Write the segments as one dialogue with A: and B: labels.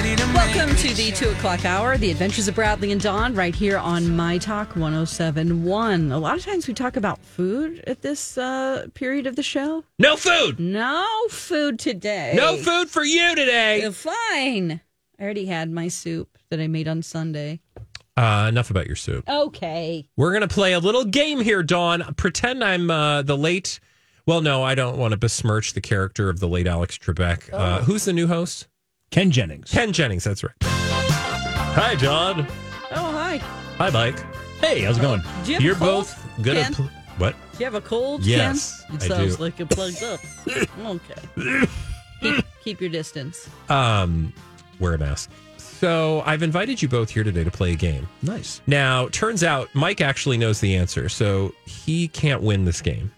A: Welcome to the two o'clock hour, the adventures of Bradley and Dawn, right here on My Talk 1071. A lot of times we talk about food at this uh, period of the show.
B: No food.
A: No food today.
B: No food for you today.
A: Uh, Fine. I already had my soup that I made on Sunday.
B: Uh, enough about your soup.
A: Okay.
B: We're gonna play a little game here, Dawn. Pretend I'm uh, the late. Well, no, I don't want to besmirch the character of the late Alex Trebek. Uh, who's the new host?
C: Ken Jennings.
B: Ken Jennings. That's right. Hi, John.
A: Oh, hi.
B: Hi, Mike.
C: Hey, how's it going?
A: Do you have a
B: You're
A: cold,
B: both gonna.
A: Ken?
B: Pl- what?
A: Do you have a cold,
B: Yes,
A: Ken? It
B: I
A: sounds
B: do.
A: like it plugged up. okay. keep, keep your distance.
B: Um, wear a mask. So I've invited you both here today to play a game.
C: Nice.
B: Now, turns out Mike actually knows the answer, so he can't win this game.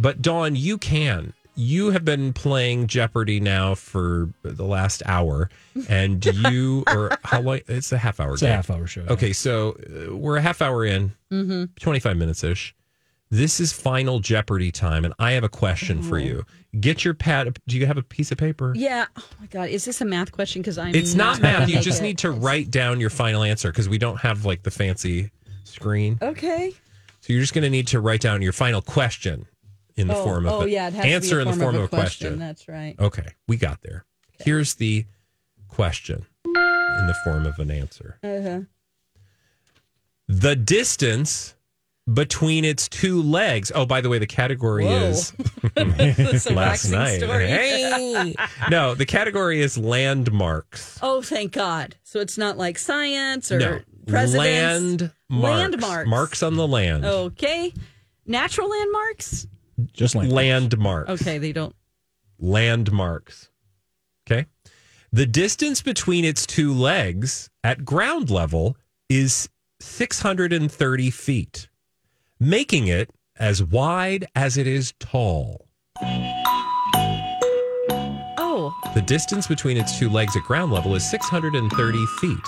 B: But Dawn, you can. You have been playing Jeopardy now for the last hour, and you or how long? It's a half hour.
C: It's
B: game.
C: a half hour Mm-hmm. show.
B: Okay, so uh, we're a half hour in, 25 minutes ish. This is final Jeopardy time, and I have a question for
C: Mm-hmm.
B: you. Get your pad. Do you have a piece of paper?
A: Yeah. Oh, my God. Is this a math question? Because I'm
B: It's not
A: gonna
B: math. You
A: make
B: just
A: it.
B: need to write down your final answer because we don't have like the fancy screen.
A: Okay.
B: So you're just going to need to write down your final question in the
A: oh,
B: form of
A: oh
B: a-
A: yeah, it has
B: answer
A: to be a
B: in the form of a question.
A: That's right.
B: Okay, we got there. Here's the question in the form of an answer.
A: Uh-huh.
B: The distance between its two legs. Oh, by the way, the category
A: Whoa.
B: is
A: That's a waxing
B: last night.
A: story.
B: Hey. no, the category is landmarks.
A: Oh, thank God. So it's not like science or
B: no,
A: presidents.
B: landmarks.
A: Landmarks. Oh.
B: Marks on the land.
A: Okay. Natural landmarks?
C: Just like
B: Landmarks.
A: Okay, they don't.
B: landmarks. Okay. The distance between its two legs at ground level is 630 feet, making it as wide as it is tall.
A: Oh,
B: The distance between its two legs at ground level is 630 feet,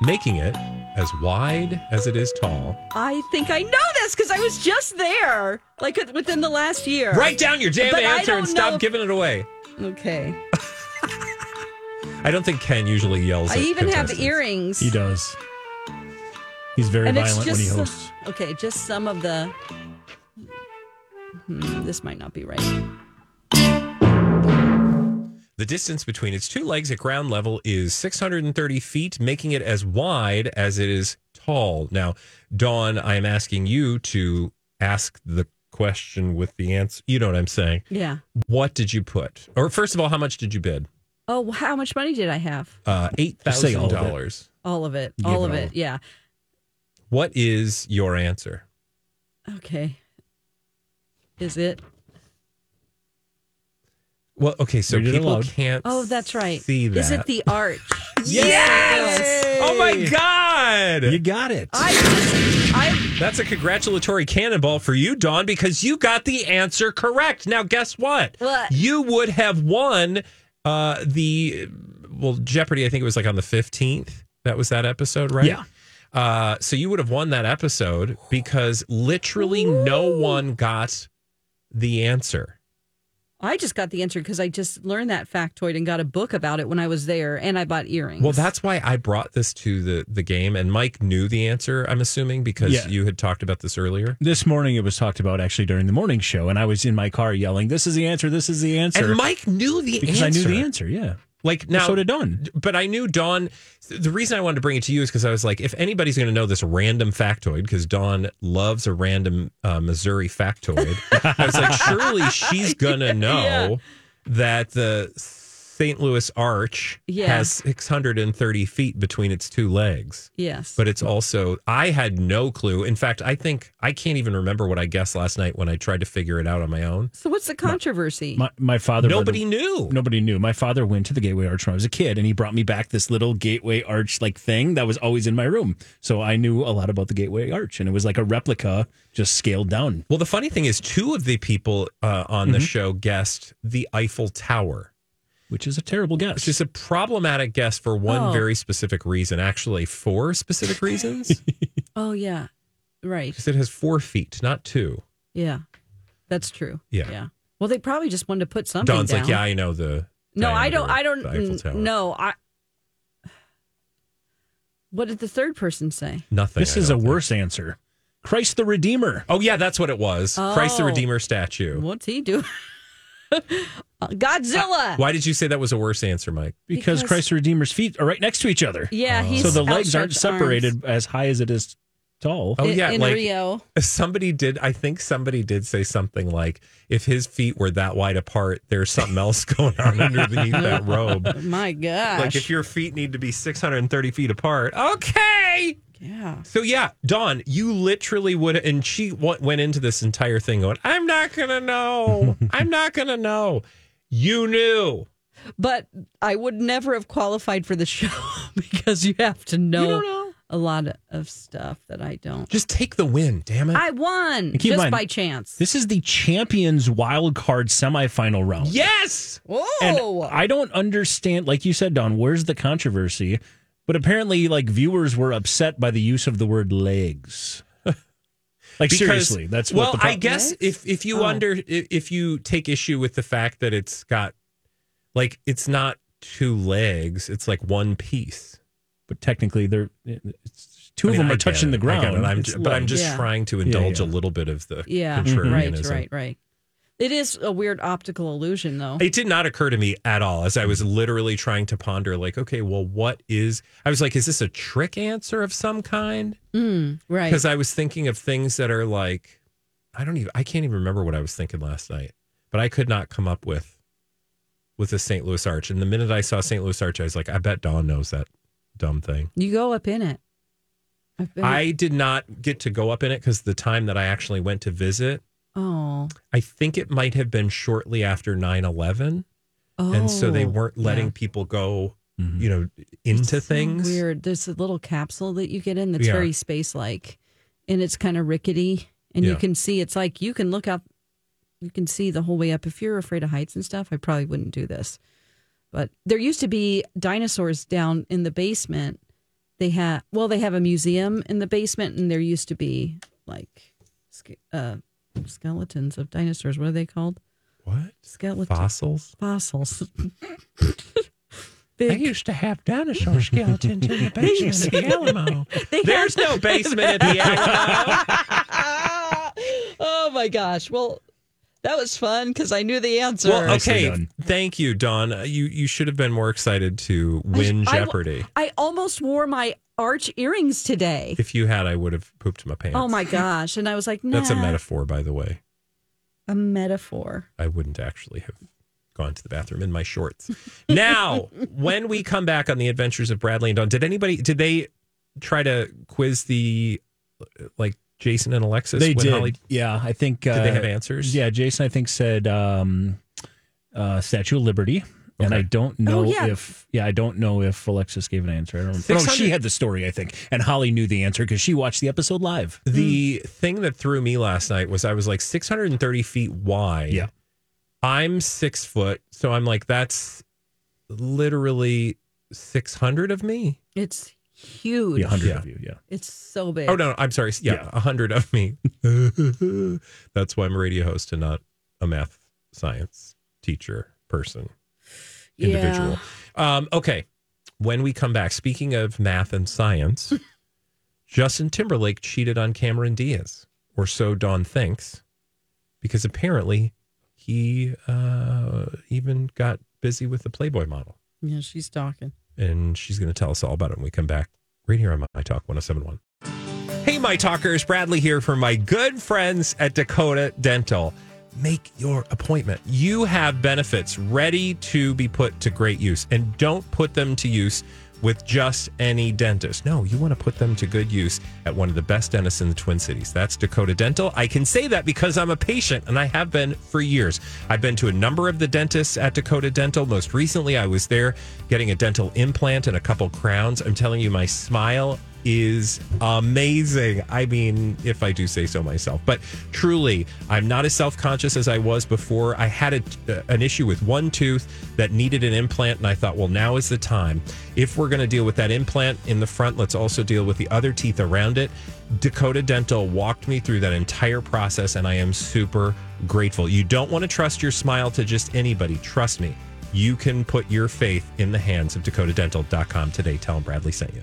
B: making it as wide as it is tall.
A: I think I know this because I was just there, like uh, within the last year.
B: Write down your damn
A: But I
B: answer and
A: don't
B: stop
A: know-
B: giving it away.
A: Okay.
B: I don't think Ken usually yells.
A: I
B: at
A: even have
B: contestants.
A: earrings.
C: He does. He's very
A: And it's
C: violent when he
A: just.
C: hosts.
A: okay, just some of the. Hmm, this might not be right.
B: The distance between its two legs at ground level is 630 feet, making it as wide as it is tall. Now, Dawn, I am asking you to ask the question with the answer. You know what I'm saying.
A: Yeah.
B: What did you put? Or first of all, how much did you bid?
A: Oh, how much money did I have?
B: Uh,
C: Just say all of it.
B: $8,000.
A: All of it.
C: You gave
A: All
C: it
A: of
C: all.
A: it. Yeah.
B: What is your answer?
A: Okay. Is it?
B: Well, okay, so
C: Read it
B: people
C: aloud.
B: can't
A: Oh, that's right.
B: see that.
A: Is it the arch?
B: Yes!
C: Yes!
B: Oh my God!
C: You got it.
A: I just, I
B: That's a congratulatory cannonball for you, Dawn, because you got the answer correct. Now, guess what?
A: What?
B: You would have won uh, the, well, Jeopardy, I think it was like on the 15th. That was that episode, right?
C: Yeah.
B: Uh, so you would have won that episode because literally no one got the answer.
A: I just got the answer because I just learned that factoid and got a book about it when I was there, and I bought earrings.
B: Well, that's why I brought this to the, the game, and Mike knew the answer, I'm assuming, because
C: Yeah.
B: you had talked about this earlier.
C: this morning it was talked about actually during the morning show, and I was in my car yelling, "This is the answer! This is the answer!"
B: And Mike knew the
C: because
B: answer.
C: I knew the answer. Yeah.
B: Like now,
C: so did Dawn.
B: but I knew Dawn. The reason I wanted to bring it to you is because I was like, if anybody's going to know this random factoid, because Dawn loves a random uh, Missouri factoid, I was like, surely she's going to know that the St. Louis Arch
A: Yeah.
B: has 630 feet between its two legs.
A: yes.
B: But it's also, I had no clue. In fact, I think I can't even remember what I guessed last night when I tried to figure it out on my own.
A: so what's the controversy?
C: My my father.
B: Nobody knew.
C: Nobody knew. My father went to the Gateway Arch when I was a kid, and he brought me back this little Gateway Arch like thing that was always in my room. So I knew a lot about the Gateway Arch, and it was like a replica, just scaled down.
B: Well, the funny thing is, two of the people uh, on
A: Mm-hmm.
B: the show guessed the Eiffel Tower,
C: which is a terrible guess.
B: which is a problematic guess for one
A: Oh.
B: very specific reason. Actually, four specific reasons
A: oh yeah, right.
B: because it has four feet, not two.
A: Yeah, that's true.
B: Yeah.
A: Yeah. Well, they probably just wanted to put something
B: Dawn's
A: down.
B: like, yeah, I know the.
A: No, I
B: diameter
A: don't. I
B: of the Eiffel
A: don't.
B: Tower."
A: n- No, I. What did the third person say?
B: Nothing.
C: This
B: I
C: is a
B: don't think.
C: worse answer. Christ the Redeemer.
B: Oh yeah, that's what it was. Christ the
A: Oh.
B: Redeemer statue.
A: What's he doing? Uh, Godzilla.
B: Why did you say that was a worse answer, Mike?
C: Because,
A: Because-
C: Christ the Redeemer's feet are right next to each other.
A: Yeah, he's
C: so the legs aren't
A: outstretched arms.
C: separated as high as it is tall.
B: Oh
A: in,
B: yeah,
A: in
B: like
A: Rio.
B: somebody did. I think somebody did say something like, "If his feet were that wide apart, there's something else going on underneath that robe."
A: My gosh.
B: Like if your feet need to be 630 feet apart. Okay.
A: yeah.
B: So yeah, Dawn, you literally would, and she w- went into this entire thing going, "I'm not gonna know. I'm not gonna know." You knew.
A: But I would never have qualified for the show because you have to know, a lot of stuff that I don't.
B: Just take the win, damn it.
A: I won
C: keep in
A: just
C: mind-
A: by chance.
C: This is the champions wild card semifinal round.
B: yes.
C: And
A: Whoa.
C: I don't understand, like you said, Don, where's the controversy? But apparently, like viewers were upset by the use of the word legs. like seriously, that's
B: well.
C: what the pro-
B: I guess if if you
A: Oh.
B: under i- if you take issue with the fact that it's got like it's not two legs, it's like one piece.
C: But technically, they're it's, two
B: I
C: of
B: mean,
C: them
B: I
C: are
B: get
C: touching
B: it.
C: the
B: I get
C: ground.
B: it. I'm
C: It's
B: ju- but I'm
C: legs.
B: just
A: Yeah.
B: trying to
C: Yeah,
B: indulge
C: yeah.
B: a little bit of the
A: yeah. Right,
B: contrarianism.
A: right, right. It is a weird optical illusion, though.
B: It did not occur to me at all as I was literally trying to ponder, like, okay, well, what is? I was like, is this a trick answer of some kind?
A: Mm, right.
B: Because I was thinking of things that are like, I don't even, I can't even remember what I was thinking last night, but I could not come up with with a St. Louis Arch. And the minute I saw St. Louis Arch, I was like, I bet Dawn knows that dumb thing.
A: You go up in it. I've been-
B: I did not get to go up in it because the time that I actually went to visit,
A: oh,
B: I think it might have been shortly after 9 11.
A: oh,
B: and so they weren't
A: yeah.
B: letting people go,
C: Mhm.
B: you know, into
A: So
B: things.
A: Weird. There's a little capsule that you get in that's
B: Yeah.
A: very space like, and it's kind of rickety, and you
B: Yeah.
A: can see it's like you can look up, you can see the whole way up. If you're afraid of heights and stuff, I probably wouldn't do this. But there used to be dinosaurs down in the basement. They had well, they have a museum in the basement, and there used to be like ske- uh, skeletons of dinosaurs. What are they called?
B: What?
A: Skeletons.
B: Fossils?
A: fossils. Big-
B: to have dinosaur skeletons in the basement of the Alamo.
A: had-
B: There's no basement at the Alamo.
A: oh my gosh. Well, that was fun because I knew the answer.
B: Well,
C: Nicely
B: okay.
C: done.
B: Thank you, Don. Uh, You you should have been more excited to win
A: I-
B: Jeopardy.
A: I almost wore my arch earrings today.
B: If you had, I would have pooped my pants.
A: Oh my gosh. And I was like, nah,
B: That's a metaphor, by the way.
A: A metaphor.
B: I wouldn't actually have gone to the bathroom in my shorts. Now, when we come back on the adventures of Bradley and Dawn, did anybody did they try to quiz the like Jason and Alexis?
C: they
B: when
C: did.
B: Holly-
C: yeah, I think.
B: did
C: Uh,
B: they have answers?
C: Yeah, Jason, I think said um, uh, Statue of Liberty, and
B: Okay.
C: I don't know
A: Oh, yeah.
C: if yeah, I don't know if Alexis gave an answer. I don't remember. Oh,
B: 600
C: she had the story, I think, and Holly knew the answer because she watched the episode live.
B: The
C: Mm.
B: thing that threw me last night was I was like 630 feet wide.
C: Yeah.
B: I'm six foot. So I'm like, that's literally 600 of me.
A: It's huge.
C: Yeah, hundred
B: Yeah.
C: of you. Yeah.
A: It's so big.
B: Oh no, I'm sorry. Yeah,
C: Yeah.
B: a hundred of me. That's why I'm a radio host and not a math science teacher person individual. Um, okay, when we come back, speaking of math and science, Justin Timberlake cheated on Cameron Diaz, or so Don thinks, because apparently he uh, even got busy with the Playboy model,
A: Yeah, she's talking.
B: and she's going to tell us all about it when we come back. Right here on My Talk 1071. Hey, my talkers, Bradley here for my good friends at Dakota Dental. Make your appointment. You have benefits ready to be put to great use, and don't put them to use with just any dentist. No, you want to put them to good use at one of the best dentists in the Twin Cities. That's Dakota Dental. I can say that because I'm a patient and I have been for years. I've been to a number of the dentists at Dakota Dental. Most recently, I was there getting a dental implant and a couple crowns. I'm telling you, my smile is amazing. I mean, if I do say so myself, but truly, I'm not as self conscious as I was before. I had a, uh, an issue with one tooth that needed an implant, and I thought, well, now is the time. If we're going to deal with that implant in the front, let's also deal with the other teeth around it. Dakota Dental walked me through that entire process, and I am super grateful. You don't want to trust your smile to just anybody. Trust me. You can put your faith in the hands of dakotadental.com today. Tell them Bradley sent you.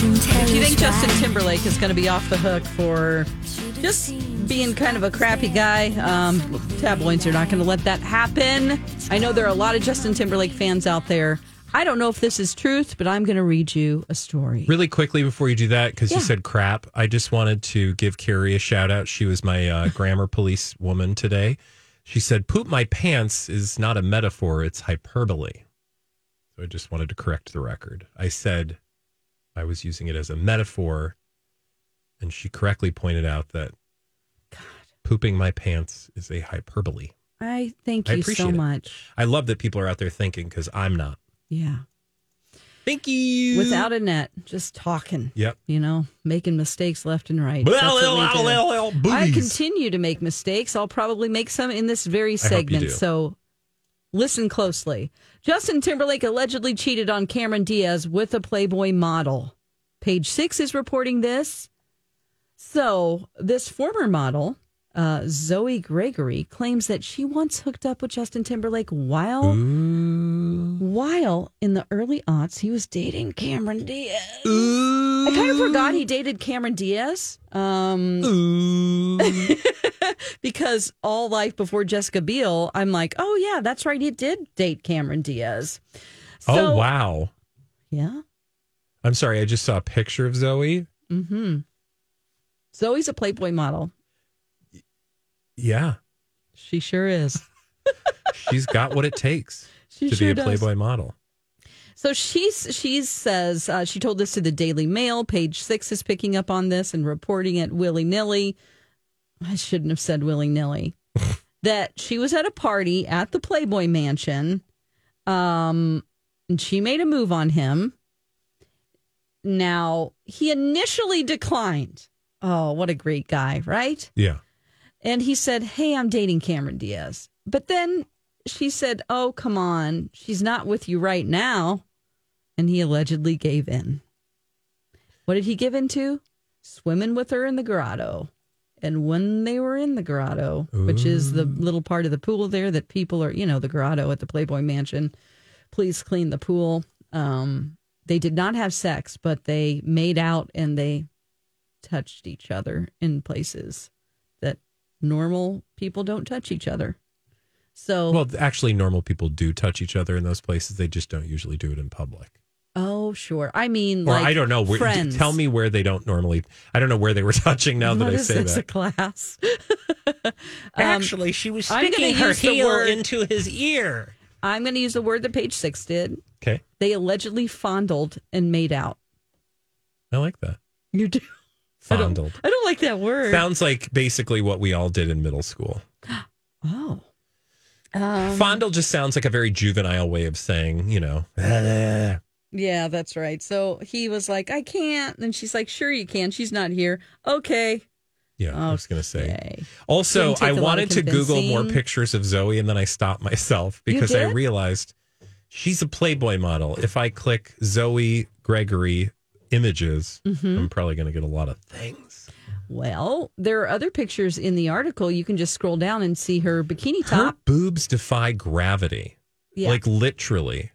A: Do you think Justin Timberlake is going to be off the hook for just being kind of a crappy guy? Um, tabloids are not going to let that happen. I know there are a lot of Justin Timberlake fans out there. I don't know if this is truth, but I'm going to read you a story.
B: Really quickly before you do that, because
A: Yeah.
B: you said crap, I just wanted to give Carrie a shout out. She was my uh, grammar police woman today. She said, "Poop my pants" is not a metaphor; it's hyperbole. So I just wanted to correct the record. I said I was using it as a metaphor, and she correctly pointed out that pooping my pants is a hyperbole.
A: I thank
B: I
A: you so
B: appreciate it.
A: much.
B: I love that people are out there thinking because I'm not.
A: Yeah.
B: Thank you.
A: Without a net, just talking,
B: Yep.
A: you know, making mistakes left and right. That's what we do. I
B: Boobies.
A: continue to make mistakes. I'll probably make some in this very
B: hope you
A: segment.
B: do.
A: So listen closely. Justin Timberlake allegedly cheated on Cameron Diaz with a Playboy model. Page six is reporting this. So this former model, uh, Zoe Gregory, claims that she once hooked up with Justin Timberlake while while in the early aughts he was dating Cameron Diaz. I kind of forgot he dated Cameron Diaz. Um, because all life before Jessica Biel, I'm like, oh yeah, that's right, he did date Cameron Diaz.
B: Oh
A: So-
B: wow.
A: Yeah.
B: I'm sorry, I just saw a picture of Zoe.
A: Mm-hmm. Zoe's a Playboy model.
B: Yeah,
A: She sure is.
B: she's got what it takes
A: She
B: to
A: sure
B: be a
A: does.
B: Playboy model.
A: So she's she says uh, she told this to the Daily Mail. Page six is picking up on this and reporting it willy nilly. I shouldn't have said willy nilly. that she was at a party at the Playboy Mansion, um, and she made a move on him. Now he initially declined. Oh, what a great guy, right?
B: Yeah.
A: And he said, Hey, I'm dating Cameron Diaz. But then she said, Oh, come on. She's not with you right now. And he allegedly gave in. What did he give in to? Swimming with her in the grotto. And when they were in the grotto, which is the little part of the pool there that people are, you know, the grotto at the Playboy Mansion, please clean the pool. Um, they did not have sex, but they made out and they touched each other in places that normal people don't touch each other. So,
B: Well, actually, normal people do touch each other in those places. They just don't usually do it in public.
A: oh, sure. I mean,
B: Or
A: like,
B: I don't know. where-
A: Friends.
B: Tell me where they don't normally. I don't know where they were touching. Now that
A: What
B: I
A: is
B: say
A: this,
B: that,
A: a class?
D: Actually, she was
A: Um, I'm gonna
D: sticking her
A: use the
D: heel
A: word-
D: into his ear.
A: I'm going to use the word that page six did.
B: okay,
A: They allegedly fondled and made out.
B: I like that.
A: You do. I don't-
B: Fondled
A: I don't like that word.
B: sounds like basically what we all did in middle school.
A: oh. Um,
B: Fondle just sounds like a very juvenile way of saying, you know,
A: Yeah, that's right. So he was like, I can't. And she's like, sure, you can. She's not here. Okay.
B: yeah. I was going to say.
A: Okay.
B: Also,
A: Didn't take
B: I
A: a lot of
B: wanted to Google more
A: convincing.
B: pictures of Zoe and then I stopped myself
A: You
B: because I
A: did?
B: realized she's a Playboy model. If I click Zoe Gregory images,
A: Hmm?
B: I'm probably going to get a lot of things.
A: Mm-hmm. Well, there are other pictures in the article. You can just scroll down and see her bikini top.
B: Her boobs defy gravity.
A: yeah.
B: Like literally.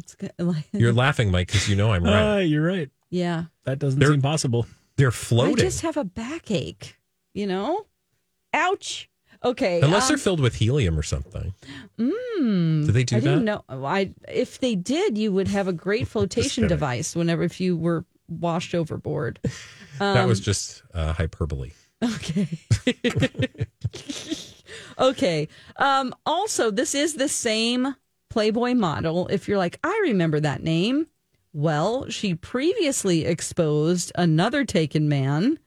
A: It's good. Like,
B: You're laughing, Mike, because you know I'm
C: Ah,
A: Uh,
B: right.
C: you're right.
A: yeah.
C: That doesn't
B: They're-
C: seem possible.
B: They're
A: I
B: floating.
A: just have a backache, you know? Ouch. Okay.
B: Unless
A: um, hmm.
B: they're filled with helium or something. Mm, do they do
A: I
B: that?
A: didn't know. Oh, I if they did, you would have a great flotation
B: kidding.
A: device whenever if you were washed overboard.
B: that was just uh, hyperbole.
A: Okay. okay. Um, also, this is the same Playboy model. If you're like, I remember that name. Well, she previously exposed another taken man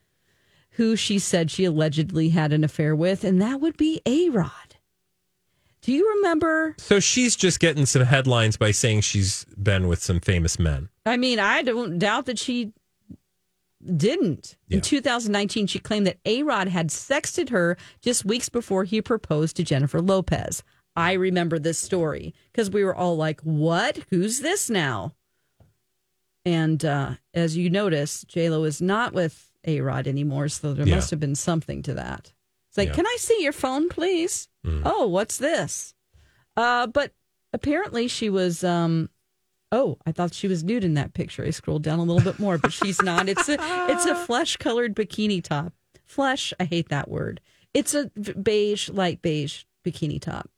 A: who she said she allegedly had an affair with, and that would be A Rod. Do you remember?
B: So she's just getting some headlines by saying she's been with some famous men.
A: I mean, I don't doubt that she didn't.
B: Yeah.
A: In 2019, she claimed that A Rod had sexted her just weeks before he proposed to Jennifer Lopez. I remember this story because we were all like, what? Who's this now? And uh, as you notice, JLo is not with A Rod anymore. So there
B: Yeah.
A: must have been something to that. It's like,
B: Yeah. Mm-hmm.
A: can I see your phone, please? Oh, what's this? Uh, but apparently she was. Um, oh, I thought she was nude in that picture. I scrolled down a little bit more, but she's not. It's a it's a flesh colored bikini top. Flesh, I hate that word. It's a v- beige, light beige bikini top.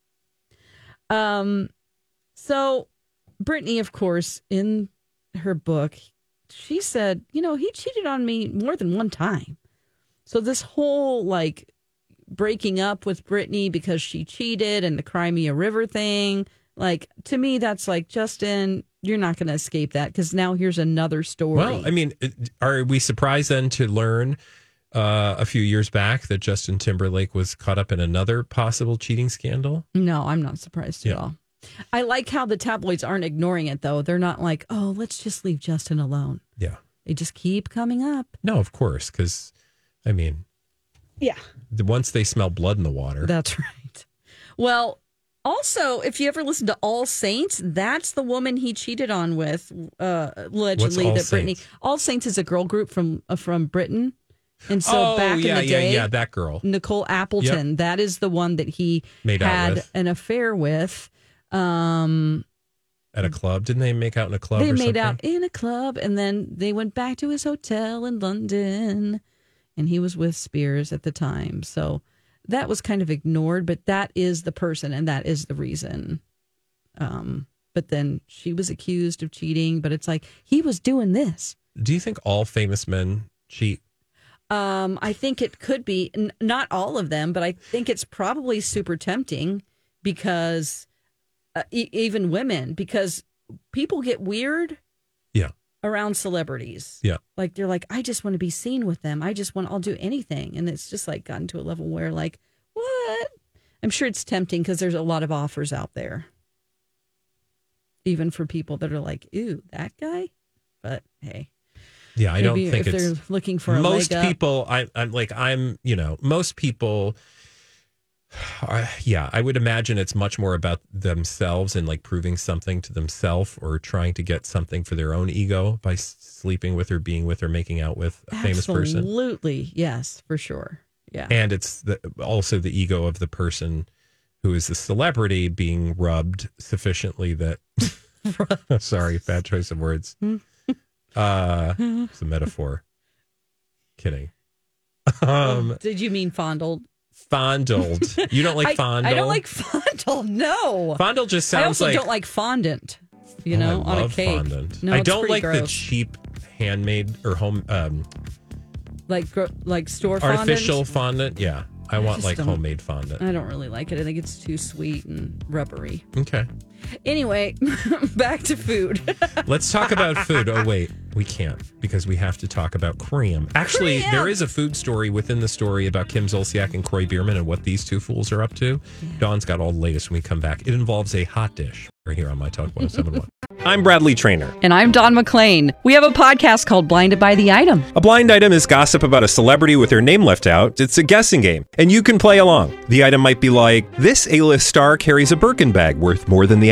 A: Um, so Brittany, of course, in her book, she said, you know, he cheated on me more than one time. So this whole like breaking up with Brittany because she cheated and the Crimea River thing. Like to me, that's like Justin, you're not going to escape that because now here's another story.
B: Well, I mean, are we surprised then to learn uh, a few years back that Justin Timberlake was caught up in another possible cheating scandal?
A: no, I'm not surprised
B: Yeah.
A: at all. I like how the tabloids aren't ignoring it though. They're not like, oh, let's just leave Justin alone.
B: Yeah.
A: They just keep coming up.
B: No, of course, because I mean,
A: Yeah.
B: the- once they smell blood in the water,
A: That's right. Well, also, if you ever listen to All Saints, that's the woman he cheated on with, uh, allegedly.
B: All
A: that Brittany
B: Saints?
A: All Saints is a girl group from uh, from Britain, and so
B: oh
A: back in
B: yeah,
A: the
B: yeah,
A: day,
B: yeah, that girl.
A: Nicole Appleton, that is the one that he
B: Made out
A: had
B: with.
A: an affair with. Um,
B: at a club. Didn't they make out in a club?
A: they
B: or
A: made
B: something?
A: out in a club, and then they went back to his hotel in London, and he was with Spears at the time. So that was kind of ignored, but that is the person, and that is the reason. Um, but then she was accused of cheating, but it's like he was doing this.
B: Do you think all famous men cheat?
A: Um, I think it could be n- not all of them, but I think it's probably super tempting because uh, e- even women, because people get weird
B: Yeah,
A: around celebrities.
B: yeah.
A: Like they're like, I just want to be seen with them. I just want, I'll do anything. And it's just like gotten to a level where, like, what? I'm sure it's tempting because there's a lot of offers out there, even for people that are like, ew, that guy. But hey,
B: Yeah, I
A: maybe
B: don't think
A: if
B: it's
A: they're looking for a
B: most
A: leg up-
B: people. I, I'm like I'm you know most people. Are, yeah, I would imagine it's much more about themselves and like proving something to themselves or trying to get something for their own ego by s- sleeping with or being with or making out with a famous person.
A: Absolutely, yes, for sure. Yeah.
B: and it's the, also the ego of the person who is the celebrity being rubbed sufficiently that sorry bad choice of words uh it's a metaphor kidding um
A: Did you mean fondled?
B: fondled you don't like
A: I,
B: fondle
A: I don't like fondled. No.
B: fondle just
A: I
B: sounds
A: also
B: like
A: don't like fondant. You
B: Oh,
A: know,
B: I
A: on a
B: love
A: cake.
B: fondant.
A: No,
B: i
A: it's
B: don't
A: pretty
B: like the
A: gross.
B: cheap handmade or home um
A: like gro- like store
B: artificial fondant yeah i want
A: just
B: like
A: don't-
B: homemade fondant
A: Fondant. I don't really like it. I think it's too sweet and rubbery.
B: okay
A: Anyway, back to food.
B: Let's talk about food. Oh wait, we can't because we have to talk about cream. Actually, there is a food story within the story about Kim Zolciak and Croy Bierman and what these two fools are up to. Dawn's got all the latest when we come back. It involves a hot dish right here on my talk 1071. I'm Bradley Trainer.
A: and I'm Don McClain. We have a podcast called Blinded by the Item.
B: A blind item is gossip about a celebrity with their name left out. It's a guessing game, and you can play along. The item might be like this A list star carries a Birkin bag worth more than the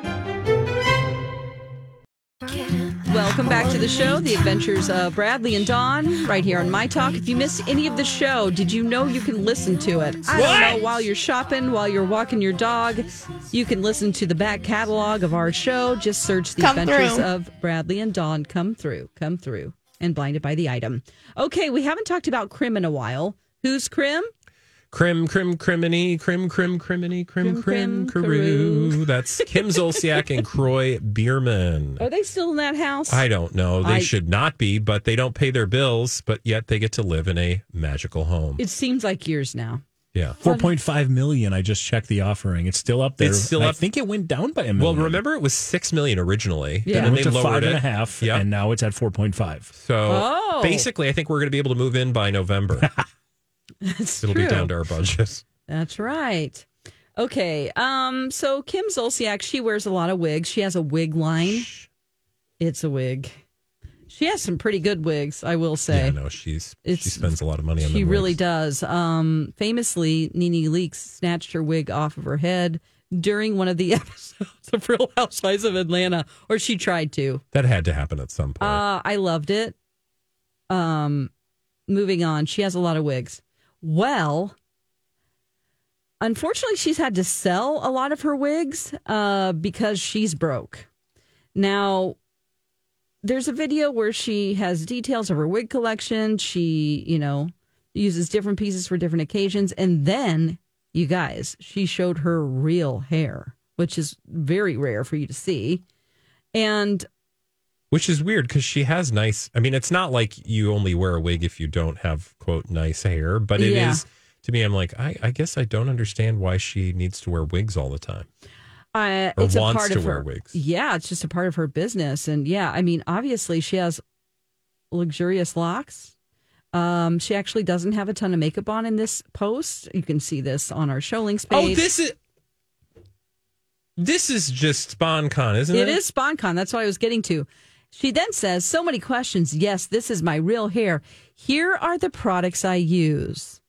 A: Welcome Welcome back to the show, The Adventures of Bradley and Dawn, right here on My Talk. If you missed any of the show, did you know you can listen to it? I don't know, while you're shopping, while you're walking your dog, you can listen to the back catalog of our show. Just search The
E: Come
A: Adventures
E: through.
A: of Bradley and Dawn. Come through, come through, and blinded by the item. Okay, we haven't talked about Crim in a while. Who's Crim?
B: Crim, crim, criminy, crim, crim, criminy, crim,
A: Crim,
B: crim,
A: crim,
B: caroo. That's Kim Zolciak and Croy Bierman.
A: Are they still in that house?
B: I don't know. They
A: I-
B: should not be, but they don't pay their bills, but yet they get to live in a magical home.
A: it seems like years now.
B: Yeah.
C: Four point five million. I just checked the offering. It's still up there.
B: It's still
C: I
B: up.
C: think it went down by a million.
B: Well, remember it was six million originally.
A: Yeah.
B: Yeah.
C: it
B: And then
C: went
B: they
C: to
B: lowered
C: five
B: it.
C: and a half,
B: Yeah.
C: and now it's at four point five.
B: So
A: Oh.
B: basically I think we're gonna be able to move in by November.
A: That's
B: It'll
A: true.
B: be down to our budget.
A: That's right. Okay. Um, so Kim Zolciak, she wears a lot of wigs. She has a wig line. It's a wig. She has some pretty good wigs, I will say.
B: Yeah, no, she's she
A: It's-
B: spends a lot of money on
A: she
B: them
A: really
B: wigs.
A: does. Um, famously, Nene Leakes snatched her wig off of her head during one of the episodes of Real Housewives of Atlanta, or she tried to.
B: That had to happen at some point.
A: Uh, I loved it. Um, moving on, she has a lot of wigs. Well, unfortunately, she's had to sell a lot of her wigs uh, because she's broke. Now, there's a video where she has details of her wig collection. She, you know, uses different pieces for different occasions. And then, you guys, she showed her real hair, which is very rare for you to see. And
B: Which is weird because she has nice. I mean, it's not like you only wear a wig if you don't have quote nice hair, but it is
A: Yeah.
B: to me. I'm like, I, I guess I don't understand why she needs to wear wigs all the time.
A: Uh,
B: Or
A: it's a
B: wants
A: part
B: to
A: of
B: wear
A: her,
B: wigs.
A: Yeah, it's just a part of her business, and yeah, I mean, obviously she has luxurious locks. Um, she actually doesn't have a ton of makeup on in this post. You can see this on our show links page.
B: Oh, this is this is just SponCon, isn't it?
A: It is SponCon. That's what I was getting to. She then says, "So many questions. Yes, this is my real hair. Here are the products I use."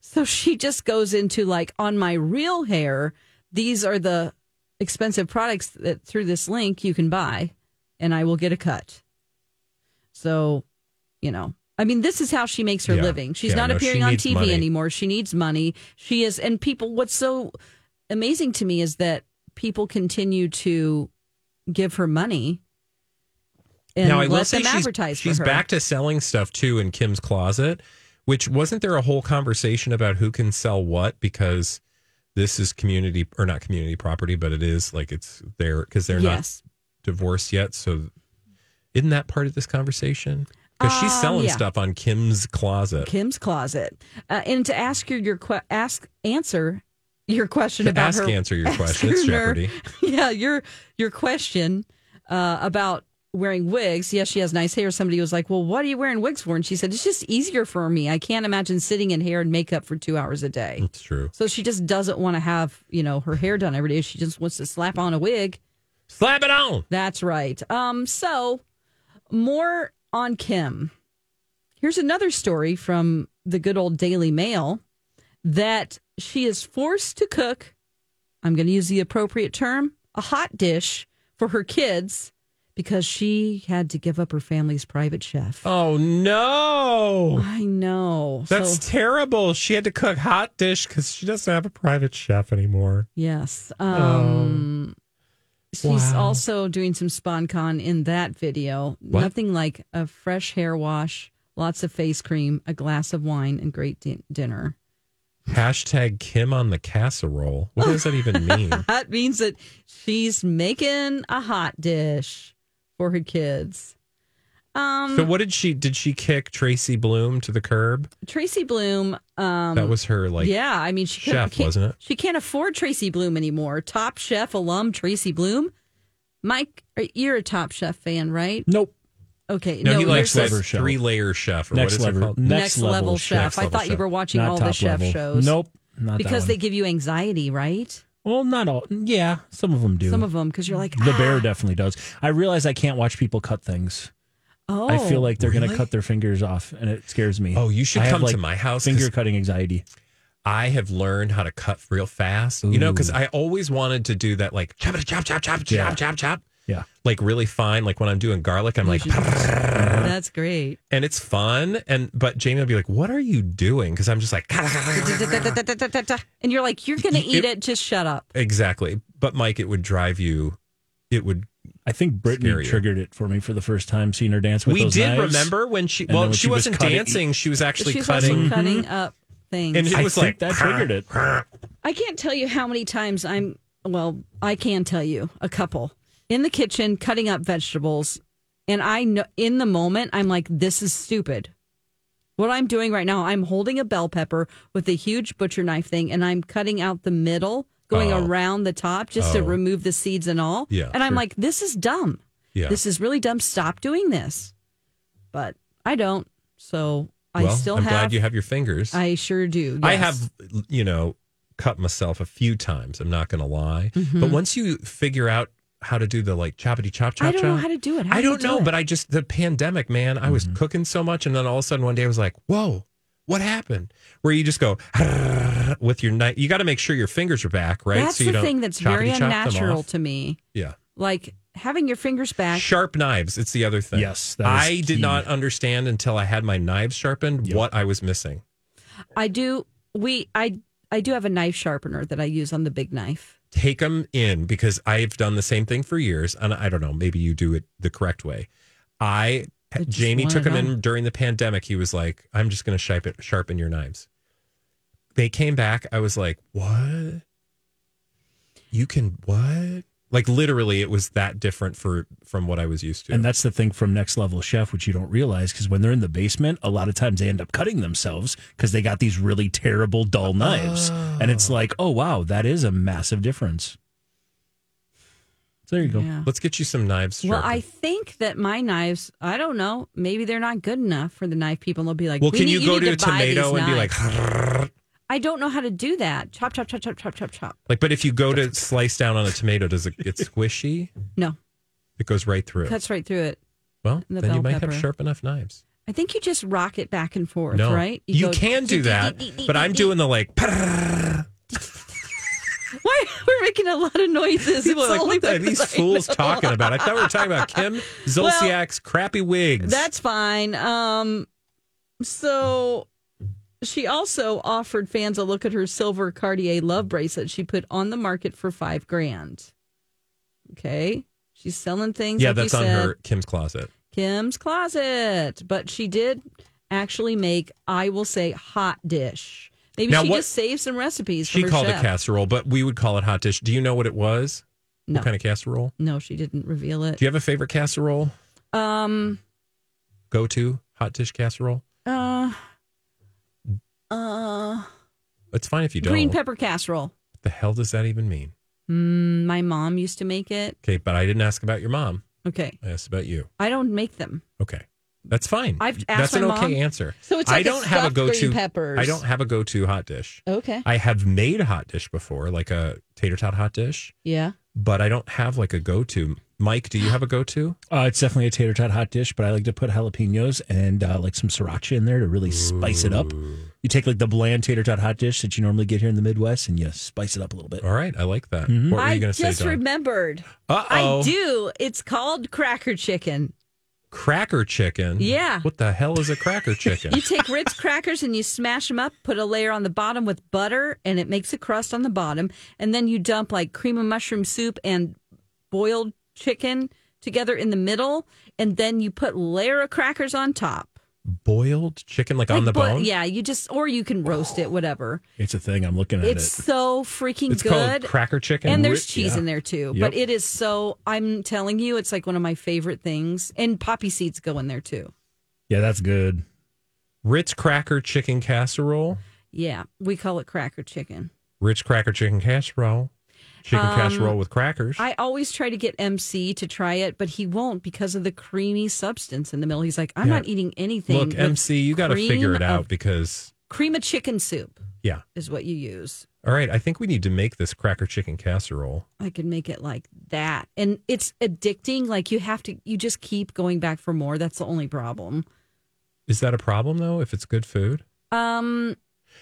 A: So she just goes into like on my real hair. These are the expensive products that through this link you can buy, and I will get a cut. So, you know, I mean, this is how she makes her
B: Yeah.
A: living. She's
B: Yeah,
A: not
B: no, she
A: appearing on
B: needs
A: TV
B: money.
A: anymore. She needs money. She is, and people. What's so amazing to me is that people continue to give her money and
B: Now I will
A: let
B: say
A: them
B: she's,
A: advertise
B: she's
A: for her.
B: back to selling stuff too in Kim's closet, which wasn't there a whole conversation about who can sell what because this is community or not community property, but it is like it's there because they're not
A: yes.
B: divorced yet. So, isn't that part of this conversation? Because she's
A: Um,
B: selling
A: yeah.
B: stuff on Kim's closet.
A: Kim's closet, uh, and to ask you your que- ask answer your question
B: To
A: about
B: ask
A: her
B: answer your
A: ask
B: question. It's
A: her-
B: Jeopardy.
A: yeah, your your question uh, about wearing wigs. Yes, she has nice hair. Somebody was like, "Well, what are you wearing wigs for?" And she said, "It's just easier for me. I can't imagine sitting in hair and makeup for two hours a day."
B: It's true.
A: So she just doesn't want to have, you know, her hair done every day. She just wants to slap on a wig.
B: Slap it on.
A: That's right. Um, so more on Kim. Here's another story from the good old Daily Mail that she is forced to cook, I'm going to use the appropriate term, a hot dish for her kids because she had to give up her family's private chef.
B: Oh no,
A: I know.
B: that's
A: So-
B: terrible. She had to cook hot dish because she doesn't have a private chef anymore.
A: Yes. Um, She's
B: Wow.
A: also doing some SponCon in that video. Nothing like a fresh hair wash, lots of face cream, a glass of wine, and great din- dinner.
B: Hashtag Kim on the casserole. What does that even mean?
A: That means that she's making a hot dish for her kids. Um,
B: so what did she? Did she kick Tracy Bloom to the curb?
A: Tracy Bloom. Um,
B: that was her like.
A: yeah, I mean, she couldn't-
B: chef,
A: can't,
B: wasn't it?
A: She can't afford Tracy Bloom anymore. Top Chef alum Tracy Bloom. Mike, you're a Top Chef fan, right?
C: Nope.
A: Okay,
B: No, he
A: you're
B: likes
A: so-
B: that
C: level chef.
B: three layer chef. Or what
C: Next
B: is
C: level-
B: it called?
C: next
A: next, level,
C: level
A: chef.
B: Next
A: I
B: level
A: thought you
B: chef.
A: were watching
C: Not
A: all
C: top
A: the chef
C: level.
A: shows.
C: Nope. Not
A: because
C: that
A: they
C: one.
A: give you anxiety, right?
C: Well, not all. Yeah, some of them do.
A: Some of them, because you're like
C: the
A: "Ah,
C: bear definitely does. I realize I can't watch people cut things.
A: Oh,
C: I feel like they're going
B: really?
C: to cut their fingers off, and it scares me.
B: Oh, you should
C: I have,
B: come to
C: like,
B: my house 'cause
C: Finger cutting anxiety.
B: I have learned how to cut real fast. You know, because I always wanted to do that, like chop it, chop, chop, chop,
C: Yeah.
B: chop, chop, chop.
C: Yeah.
B: like really fine. Like when I'm doing garlic, I'm like,
A: oh, That's great.
B: and it's fun. And but Jamie will be like, "What are you doing?" Because I'm just like,
A: And you're like, you're going to eat it. Just shut up.
B: exactly. But Mike, it would drive you. It would.
C: I think Brittany
B: Scarier.
C: triggered it for me for the first time, seeing her dance with
B: We
C: those
B: did
C: knives.
B: remember when she.
C: And then
B: Well,
C: when
B: she,
C: she was
B: wasn't
C: cutting- Mm-hmm.
B: dancing. She was actually
A: She's also
B: cutting.
A: cutting up things.
B: And it
C: I
B: was
C: think
B: like
C: that triggered it.
A: I can't tell you how many times I'm, well, I can tell you a couple in the kitchen cutting up vegetables. And I know in the moment, I'm like, this is stupid. What I'm doing right now, I'm holding a bell pepper with a huge butcher knife thing and I'm cutting out the middle, going
B: Oh.
A: around the top just to remove the seeds and all.
B: Yeah,
A: and I'm
B: sure.
A: like, this is dumb.
B: Yeah.
A: This is really dumb. Stop doing this. But I don't. So I
B: well,
A: still
B: I'm
A: have,
B: glad you have your fingers.
A: I sure do.
B: I
A: yes.
B: have, you know, cut myself a few times. I'm not going to lie.
A: Mm-hmm.
B: But once you figure out how to do the like choppity chop chop,
A: I don't know
B: chop,
A: how to do it. How
B: I
A: do you
B: don't
A: do
B: know,
A: it?
B: but I just the pandemic, man. I
C: Mm-hmm.
B: was cooking so much, and then all of a sudden one day I was like, "Whoa, what happened?" Where you just go with your knife. You got to make sure your fingers are back, right?
A: That's
B: you
A: the thing that's very
B: choppity-chop them
A: unnatural
B: off.
A: to me.
B: Yeah,
A: Like having your fingers back.
B: sharp knives. It's the other thing.
C: Yes, that is
B: I did
C: key.
B: not understand until I had my knives sharpened what I was missing.
A: I do. We. I. I do have a knife sharpener that I use on the big knife.
B: take them in because I've done the same thing for years, and I don't know. Maybe you do it the correct way. I
A: just
B: Jamie
A: want
B: took
A: to
B: them in during the pandemic. He was like, "I'm just going to sharpen sharpen your knives." They came back. I was like, "What? You can what?" Like literally, it was that different for from what I was used to.
C: And that's the thing from Next Level Chef, which you don't realize because when they're in the basement, a lot of times they end up cutting themselves because they got these really terrible, dull knives. And it's like, oh, wow, that is a massive difference. So there you go.
A: Yeah.
B: Let's get you some knives.
A: Well,
B: sharpened.
A: I think that my knives. I don't know. Maybe they're not good enough for the knife people. and They'll be like,
B: well,
A: "We
B: can
A: need-
B: you go
A: need
B: to a
A: buy these
B: tomato and be like,
A: knives." I don't know how to do that. Chop, chop, chop, chop, chop, chop, chop.
B: like? But if you go to slice down on a tomato, does it get squishy?
A: No,
B: It goes right through.
A: cuts right through it.
B: Well,
A: And the
B: then you
A: bell
B: might
A: pepper.
B: have sharp enough knives.
A: I think you just rock it back and forth,
B: no,
A: right?
B: You,
A: go-
B: can do that, but I'm doing the like.
A: Why we're making a lot of noises?
B: People
A: It's
B: are like,
A: only
B: what are these
A: because I
B: fools
A: know."
B: talking about? I thought we were talking about Kim Zolciak's crappy wigs.
A: That's fine. Um, so she also offered fans a look at her silver Cartier love bracelet she put on the market for five grand. Okay, she's selling things.
B: yeah,
A: like you
B: that's on
A: said,
B: her Kim's closet.
A: Kim's closet, but she did actually make, I will say, hot dish. Maybe
B: Now
A: she
B: what-
A: just saved some recipes.
B: She
A: from her
B: called
A: chef.
B: it casserole, but we would call it hot dish. Do you know what it was?
A: No,
B: What kind of casserole?
A: no, she didn't reveal it.
B: Do you have a favorite casserole?
A: Um,
B: Go to hot dish casserole.
A: uh, uh,
B: It's fine if you don't.
A: green pepper casserole.
B: What the hell does that even mean?
A: Mm, my mom used to make it.
B: Okay, but I didn't ask about your mom.
A: Okay.
B: I asked about you.
A: I don't make them.
B: Okay. That's fine.
A: I've asked
B: That's an
A: my
B: okay
A: mom.
B: answer.
A: So it's
B: I
A: like a
B: don't have a
A: stuffed green
B: go-to
A: peppers.
B: I don't have a go-to hot dish.
A: Okay.
B: I have made a hot dish before, like a tater tot hot dish,
A: Yeah.
B: but I don't have like a go-to. Mike, do you have a go-to?
C: Uh, it's definitely a tater tot hot dish, but I like to put jalapenos and uh, like some sriracha in there to really spice it up. You take like the bland tater tot hot dish that you normally get here in the Midwest and you spice it up a little bit.
B: All right, I like that. What were
A: I
B: you going to say, Oh.
A: just
B: Don?
A: remembered.
B: Uh-oh.
A: I do. It's called cracker chicken.
B: Cracker chicken.
A: Yeah.
B: What the hell is a cracker chicken?
A: You take Ritz crackers and you smash them up, put a layer on the bottom with butter, and it makes a crust on the bottom. And then you dump like cream of mushroom soup and boiled chicken together in the middle. And then you put layer of crackers on top.
B: Boiled chicken, like, on
A: Like
B: the
A: boi-
B: bone.
A: Yeah. You just, or you can roast it, whatever.
C: It's a thing. I'm looking at
A: It's
C: it.
A: so freaking
B: It's
A: good.
B: called cracker chicken.
A: and there's
B: Ri-
A: cheese
B: yeah.
A: in there too.
B: Yep.
A: But it is so I'm telling you, it's like one of my favorite things. And poppy seeds go in there too.
C: Yeah, that's good.
B: Ritz cracker chicken casserole.
A: Yeah, we call it cracker chicken.
B: Ritz cracker chicken casserole. Chicken casserole with crackers.
A: Um, I always try to get MC to try it, but he won't because of the creamy substance in the middle. He's like, I'm not eating anything.
B: Look,
A: with
B: MC, you got to
A: cream
B: figure it out
A: of-
B: because
A: cream of chicken soup
B: yeah.
A: is what you use.
B: All right, I think we need to make this cracker chicken casserole.
A: I could make it like that. And it's addicting. Like you have to, you just keep going back for more. That's the only problem.
B: Is that a problem though? If it's good food,
A: Um,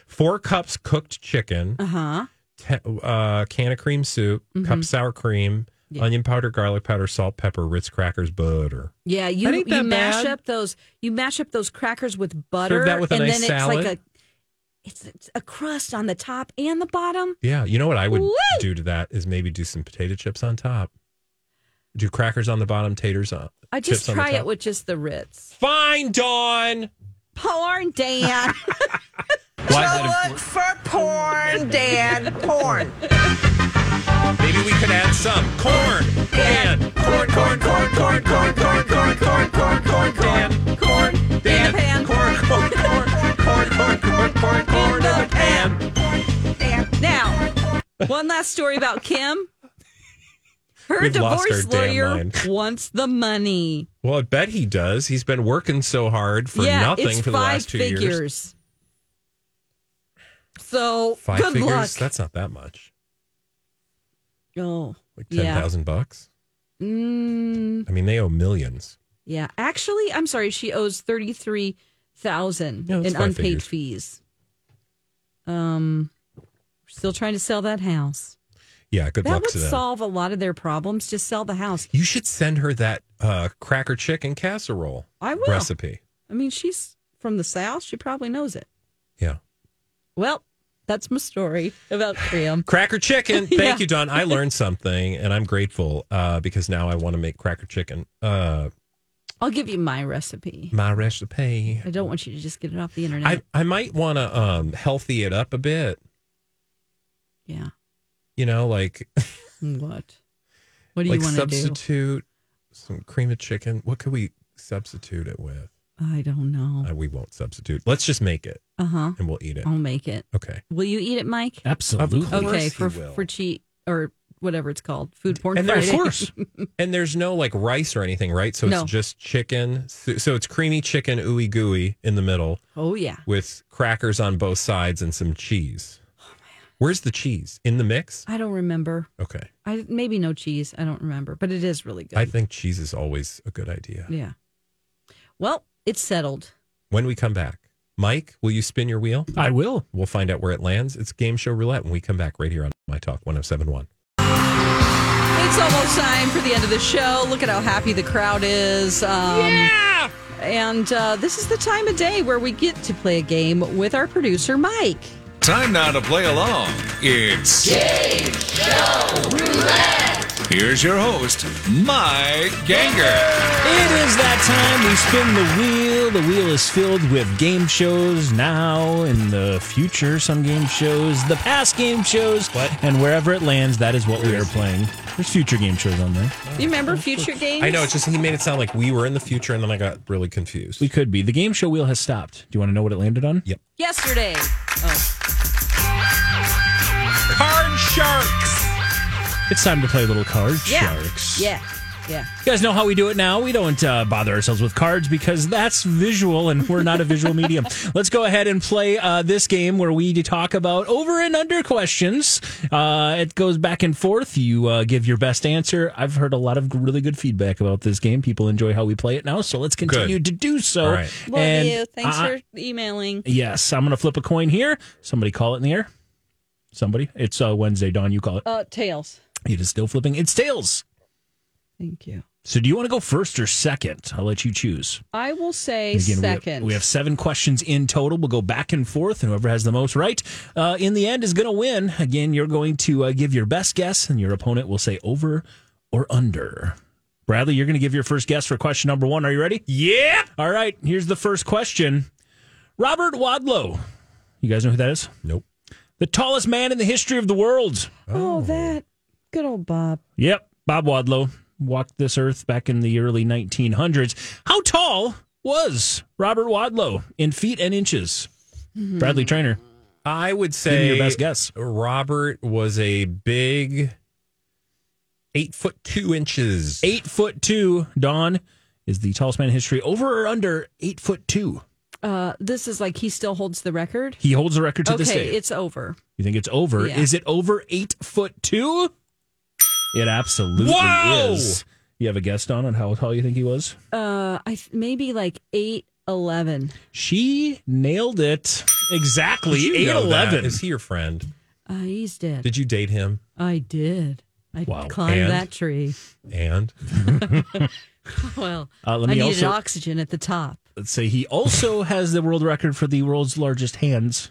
B: four cups cooked chicken,
A: uh huh.
B: te- uh, can of cream soup, cup sour cream,
A: Mm-hmm. Yeah.
B: onion powder, garlic powder, salt, pepper, Ritz crackers, butter.
A: Yeah, you
B: That ain't
A: you
B: that
A: mash
B: bad.
A: up those you mash up those crackers with butter,
B: that with a
A: and
B: nice
A: then it's like
B: salad.
A: a it's, it's a crust on the top and the bottom.
B: Yeah, you know what I would
A: Woo!
B: do to that is maybe do some potato chips on top. Do crackers on the bottom, taters on.
A: I just
B: chips on the
A: try
B: top.
A: it with just the Ritz.
B: Fine, Dawn.
A: Porn, Dan.
B: Why
D: For porn, Dan. Porn.
B: maybe we could add some corn. Dan, corn, corn, corn, corn, corn, corn, corn, corn, corn, corn, Dan, corn,
A: Dan, pan.
B: corn, corn, corn, corn, corn, corn, corn, corn in the pan.
A: now, one last story about Kim. Her
B: We've lost
A: divorce
B: our damn
A: lawyer
B: mind.
A: wants the money.
B: Well, I bet he does. He's been working so hard for
A: yeah,
B: nothing
A: it's
B: for the
A: five
B: last two
A: figures.
B: years.
A: So
B: Five
A: good
B: figures.
A: luck.
B: That's not that much.
A: oh,
B: Like ten
A: yeah.
B: thousand bucks.
A: Mm,
B: I mean, they owe millions.
A: Yeah, actually, I'm sorry. She owes thirty three thousand
B: Yeah, that's
A: in
B: five
A: unpaid
B: figures.
A: fees. Um, still trying to sell that house.
B: Yeah, good
A: that
B: luck
A: would
B: to them.
A: solve a lot of their problems. Just sell the house.
B: you should send her that uh, cracker chicken casserole
A: I will.
B: recipe.
A: I mean, she's from the south. She probably knows it.
B: Yeah.
A: Well, that's my story about Graham.
B: Cracker chicken. Thank
A: Yeah.
B: you, Don. I learned something and I'm grateful uh, because now I want to make cracker chicken uh,
A: I'll give you my recipe.
B: my recipe.
A: I don't want you to just get it off the internet.
B: I, I might want to um, healthy it up a bit,
A: yeah.
B: you know, like
A: What? What do
B: like
A: you want to do?
B: substitute some cream of chicken. What could we substitute it with?
A: I don't know.
B: Uh, we won't substitute. Let's just make it
A: Uh huh.
B: and we'll eat it.
A: I'll make it.
B: Okay.
A: Will you eat it, Mike?
C: Absolutely.
B: Of course
A: Okay,
B: he
A: for
B: will.
A: for cheat or whatever it's called, food porn.
B: And there-
A: Friday.
B: of
C: course.
B: And there's no like rice or anything, right? So
A: No.
B: it's just chicken. So, so it's creamy chicken, ooey gooey in the middle
A: Oh yeah,
B: with crackers on both sides and some cheese. Where's the cheese? In the mix?
A: I don't remember.
B: Okay.
A: I maybe no cheese. I don't remember, but it is really good.
B: I think cheese is always a good idea.
A: yeah. Well, it's settled.
B: When we come back, Mike, will you spin your wheel?
C: I will.
B: We'll find out where it lands. It's game show roulette when we come back right here on My Talk 1071.
A: It's almost time for the end of the show. Look at how happy the crowd is. Um, yeah. And uh, this is the time of day where we get to play a game with our producer Mike.
E: Time now to play along. It's Game Show Roulette. Here's your host, Mike Ganger.
C: It is that time we spin the wheel. The wheel is filled with game shows now, in the future, some game shows, the past game shows, and wherever it lands, that is what we are playing. There's future game shows on there.
A: You remember future games?
B: I know, it's just he made it sound like we were in the future and then I got really confused.
C: We could be. The game show wheel has stopped. Do you want to know what it landed on?
B: Yep.
A: yesterday. Oh,
B: Card sharks!
C: It's time to play little card
A: yeah.
C: sharks.
A: Yeah. Yeah.
C: You guys know how we do it now. We don't uh, bother ourselves with cards because that's visual and we're not a visual medium. Let's go ahead and play uh, this game where we talk about over and under questions. Uh, it goes back and forth. You uh, give your best answer. I've heard a lot of really good feedback about this game. People enjoy how we play it now. So let's continue to do so.
B: All right.
A: Love
C: And
A: you. Thanks
C: I-
A: for emailing.
C: Yes, I'm going to flip a coin here. Somebody call it in the air. Somebody. It's uh, Wednesday. Dawn, you call it.
A: Uh, tails.
C: It is still flipping. It's tails.
A: Thank you.
C: So do you want to go first or second? I'll let you choose.
A: I will say
C: And again, we have-
A: second.
C: We have, seven questions in total. We'll go back and forth, and whoever has the most right uh, in the end is going to win. Again, you're going to uh, give your best guess, and your opponent will say over or under. Bradley, you're going to give your first guess for question number one. Are you ready?
B: Yep!
C: All right. Here's the first question Robert Wadlow. You guys know who that is?
B: Nope.
C: The tallest man in the history of the world.
A: oh. that good old Bob.
C: Yep. Bob Wadlow walked this earth back in the early 1900s. How tall was Robert Wadlow in feet and inches?
A: Mm-hmm.
C: Bradley Trainer,
B: I would
C: give
B: say
C: me your best guess.
B: Robert was a big eight foot two inches.
C: Eight foot two. Don is the tallest man in history. Over or under eight foot two?
A: Uh, this is like he still holds the record.
C: He holds the record to this
A: okay,
C: day.
A: it's over.
C: you think it's over?
A: Yeah.
C: Is it over eight foot two? It absolutely
B: Whoa!
C: is. You have a guess, Don, on how tall you think he was?
A: Uh, I th- maybe like eight eleven.
C: She nailed it exactly.
B: Did you
C: Eight
B: know that?
C: eleven.
B: Is he your friend?
A: Uh, he's dead.
B: Did you date him?
A: I did. I
C: Wow.
A: climbed
B: And?
A: that tree.
B: And
A: Well,
C: Uh, let
A: I
C: me
A: needed
C: also-
A: oxygen at the top.
C: Let's say he also has the world record for the world's largest hands.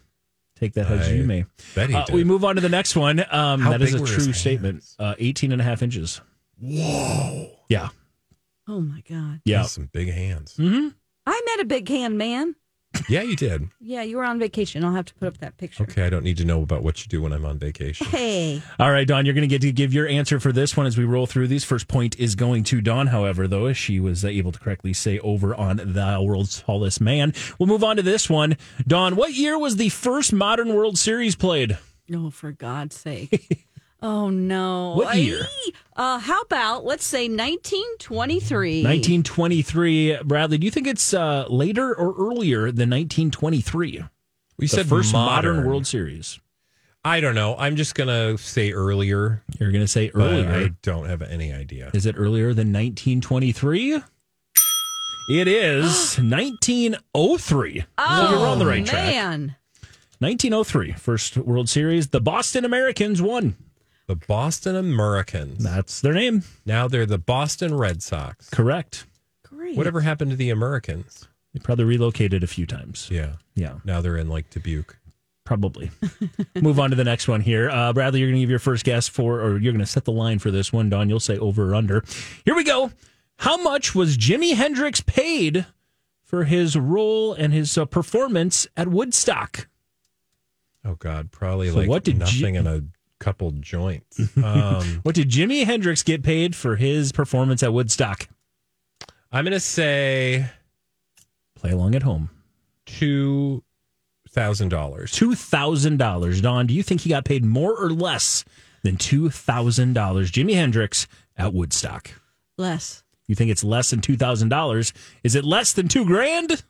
C: Take that as you
B: I
C: may.
B: bet he
C: Uh,
B: did.
C: we move on to the next one. Um,
B: How
C: that is
B: big
C: a
B: were his
C: true statement.
B: hands?
C: Uh, 18 and a half inches. Whoa. Yeah.
A: Oh my God.
C: Yeah.
B: That's some big hands.
C: Hmm?
A: I met a big hand man.
B: Yeah, you did.
A: Yeah, you were on vacation. I'll have to put up that picture.
B: Okay, I don't need to know about what you do when I'm on vacation.
A: Hey,
C: All right, Don, you're going to get to give your answer for this one as we roll through these. First point is going to Dawn, however, though, as she was able to correctly say over on the world's tallest man. We'll move on to this one. Don, what year was the first modern World Series played?
A: oh, for God's sake. oh no.
C: What
A: Aye.
C: year?
A: Uh, how about let's say 1923.
C: 1923. Bradley, do you think it's uh, later or earlier than 1923?
B: We
C: The
B: said
C: first modern.
B: modern.
C: World Series.
B: I don't know. I'm just gonna say earlier.
C: You're going to say
B: but
C: earlier.
B: I don't have any idea.
C: Is it earlier than 1923? It is 1903.
A: Oh,
C: so you're on the right track.
A: man.
C: 1903, first World Series. The Boston Americans won.
B: The Boston Americans.
C: That's their name.
B: Now they're the Boston Red Sox.
C: Correct.
A: Great.
B: Whatever happened to the Americans?
C: They probably relocated a few times.
B: Yeah.
C: Yeah,
B: Now they're in like Dubuque.
C: probably. Move on to the next one here. Uh, Bradley, you're going to give your first guess for, or you're going to set the line for this one. Don, you'll say over or under. Here we go. How much was Jimi Hendrix paid for his role and his uh, performance at Woodstock?
B: Oh God, probably
C: So
B: like
C: what did
B: nothing
C: Ji-
B: in a couple joints. Um,
C: What did Jimi Hendrix get paid for his performance at Woodstock?
B: I'm gonna say
C: Play along at home.
B: two thousand dollars.
C: two thousand dollars. Don, do you think he got paid more or less than two thousand dollars? Jimi Hendrix at Woodstock.
A: Less.
C: You think it's less than two thousand dollars? Is it less than two grand?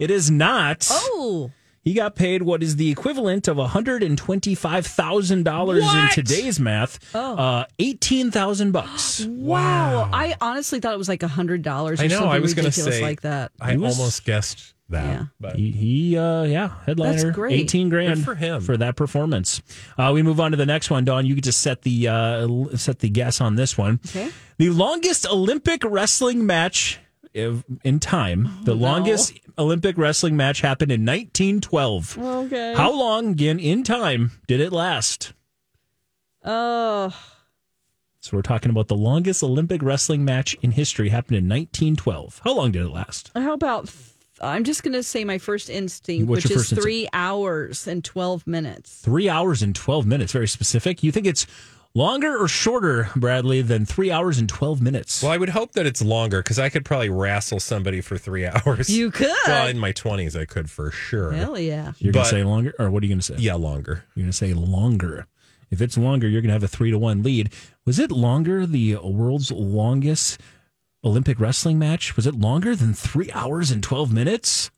C: It is not.
A: Oh,
C: He got paid what is the equivalent of one hundred and twenty-five thousand dollars in
B: What?
C: today's math.
A: Oh.
C: Uh, eighteen thousand bucks.
A: wow. I honestly thought it was like a hundred dollars.
B: I know,
A: Something
B: I was gonna
A: ridiculous
B: say-
A: like that.
B: I
C: He was-
B: almost guessed that.
A: Yeah.
B: But
C: He, he uh, yeah, headliner.
A: That's great.
C: 18 grand
B: Good for him.
C: for that performance. Uh, we move on to the next one. Don, you get to set the uh, l- set the guess on this one.
A: Okay.
C: The longest Olympic wrestling match of- in time. the longest Olympic wrestling match happened in 1912.
A: Okay.
C: How long again in time did it last?
A: Oh,
C: So we're talking about the longest Olympic wrestling match in history happened in 1912. How long did it last?
A: how about? th- I'm just going to say my first instinct,
C: What's
A: which
C: your
A: is
C: first instinct?
A: three hours and twelve minutes.
C: three hours and 12 minutes. Very specific. You think it's longer or shorter, Bradley, than three hours and 12 minutes?
B: well, I would hope that it's longer because I could probably wrestle somebody for three hours.
A: You could.
B: Well, in my twenties, I could for sure.
A: Hell yeah.
C: You're going
B: but-
C: to say longer? Or what are you going to say?
B: Yeah, longer.
C: You're going to say longer. If it's longer, you're going to have a three to one lead. Was it longer, the world's longest Olympic wrestling match? Was it longer than three hours and 12 minutes?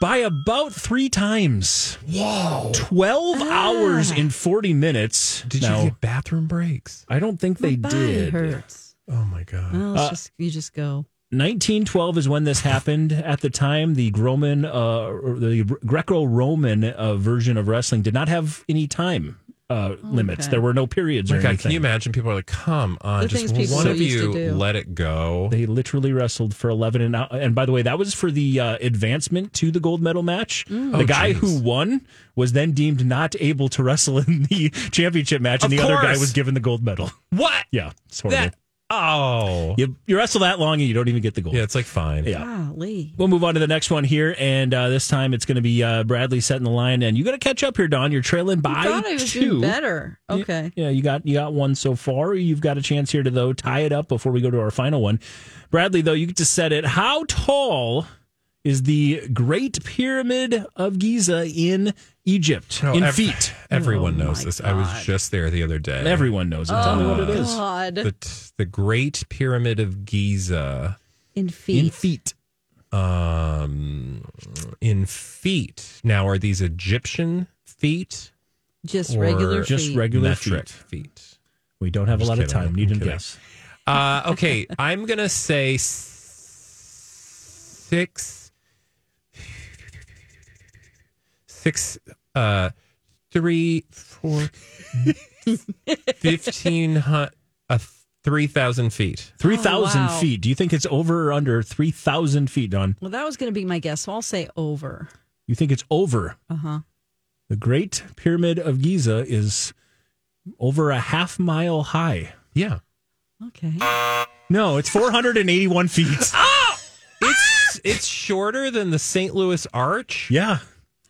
C: By about three times. Whoa. 12 hours and 40 minutes.
B: Ah. Did
C: Now,
B: you get bathroom breaks?
C: I don't think they
A: My body
C: did. Uh,
A: hurts.
B: Oh my god.
A: Well, let's just you just go.
C: 1912 is when this happened. At the time, the Roman, uh, or the Greco-Roman uh, version of wrestling did not have any time uh, limits.
A: Okay.
C: There were no periods
B: my
C: or
B: god,
C: anything.
B: can you imagine? People are like, "Come on,
A: The things
B: just
A: people
B: one
A: are
B: of
A: used to
B: you
A: do.
B: let it go."
C: They literally wrestled for 11 and out. And by the way, that was for the uh, advancement to the gold medal match. The
B: Oh,
C: guy
B: geez.
C: who won was then deemed not able to wrestle in the championship match, and
B: Of
C: the other guy
B: course.
C: was given the gold medal.
B: What?
C: Yeah, it's horrible.
B: That? Oh.
C: You, you wrestle that long and you don't even get the gold.
B: Yeah, it's like fine.
C: Yeah.
A: Golly.
C: We'll move on to the next one here, and uh, this time it's going to be uh, Bradley setting the line, and you got to catch up here, Don. You're trailing by
A: I thought I was
C: two.
A: doing better. Okay.
C: Yeah, you got you got one so far. You've got a chance here to though tie it up before we go to our final one. Bradley, though, you get to set it. How tall is the Great Pyramid of Giza in Egypt
B: No,
C: in
B: Oh, ev-
C: feet? Oh.
B: Everyone
A: Oh,
B: knows
A: my
B: this. I was
A: God.
B: just there the other day.
C: Everyone knows it. Tell me what it is
A: Oh, God.
B: the t- the Great Pyramid of Giza.
A: in feet.
C: in feet.
B: Um, in feet. Now, are these Egyptian feet?
A: Just
B: or
A: regular
C: just
A: feet.
C: regular
B: metric
C: feet.
B: feet.
C: We don't have a
B: Just
C: lot of
B: kidding.
C: time. Need
B: I'm
C: to
B: kidding.
C: guess.
B: Uh, okay, I'm gonna say s- six, six, uh, three, four, Fifteen hundred, uh, three thousand feet.
C: 3,000
A: Oh, wow.
C: feet. Do you think it's over or under 3,000 feet, Don?
A: Well, that was going to be my guess. So I'll say over.
C: You think it's over?
A: Uh huh.
C: The Great Pyramid of Giza is over a half mile high.
B: Yeah,
A: Okay.
C: No, it's 481 feet.
B: it's it's shorter than the St. Louis Arch.
C: Yeah,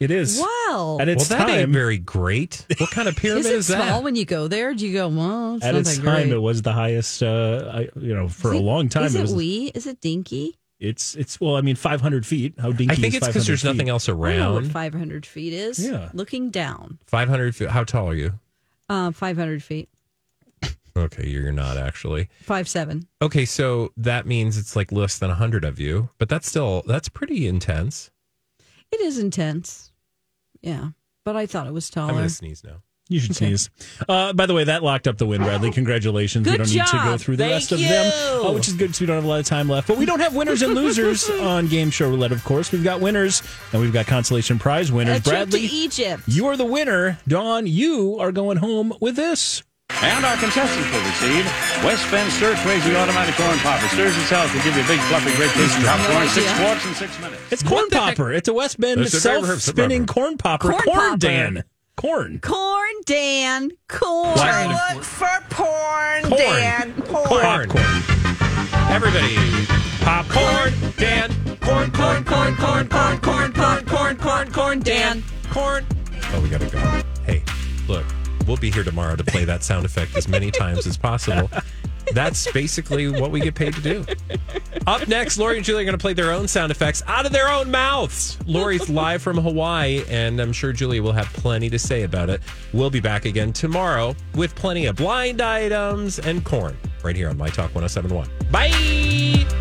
C: it is.
A: Well,
C: At its
B: well, that ain't
C: time,
B: very great. What kind of pyramid
A: is
B: is,
A: it
B: that?
A: small when you go there? Do you go, well, it's
C: at
A: not
C: its
A: that
C: time,
A: great.
C: it was the highest. Uh, I, you know, for
A: Is
C: a
A: it-
C: long time,
A: Is it,
C: it was.
A: wee? Is it dinky?
C: It's it's well, I mean, 500 feet. How dinky?
B: I think
C: is
B: it's because
C: 500
B: there's
C: feet?
B: nothing else
A: I don't know what
B: around.
A: 500 feet is.
C: Yeah.
A: Looking down.
B: Five hundred feet. How tall are you?
A: Uh, 500 feet.
B: Okay, you're not actually.
A: Five seven.
B: Okay, so that means it's like less than hundred of you, but that's still that's pretty intense.
A: It is intense. Yeah. But I thought it was
B: I'm
A: taller.
B: gonna sneeze now.
C: You should sneeze. Uh, by the way, that locked up the win, Bradley. Congratulations. we
A: Good
C: don't need to go
A: job.
C: through the
A: Thank
C: rest of them,
A: you.
C: uh, which is good because we don't have a lot of time left. But we don't have winners and losers on Game Show Roulette, of course. We've got winners and we've got consolation prize
A: A
C: winners.
A: trip
C: Bradley,
A: to Egypt.
C: you are the winner. Dawn, you are going home with this.
F: And our contestants will receive West Bend Stir Crazy Automatic Corn Popper. Stirs and salad to give you a big, fluffy, great tasting popcorn. Six
A: idea.
F: quarts in six minutes.
C: It's corn
B: What the heck?
C: popper. It's a West Bend
B: That's a very-
C: self spinning corn popper.
A: Corn
C: Corn,
A: popper.
C: Dan. Corn.
A: Corn, Dan. Corn.
D: Look for porn,
B: Corn.
D: Dan. Porn.
B: Corn. Everybody, popcorn, Dan, corn, corn, corn, corn, corn, corn, corn, corn, corn, corn, Dan, corn. Oh, we gotta go. Hey, look, we'll be here tomorrow to play that sound effect as many times as possible. That's basically what we get paid to do. Up next, Lori and Julie are going to play their own sound effects out of their own mouths. Lori's live from Hawaii, and I'm sure Julie will have plenty to say about it. We'll be back again tomorrow with plenty of blind items and corn right here on My Talk 1071. Bye.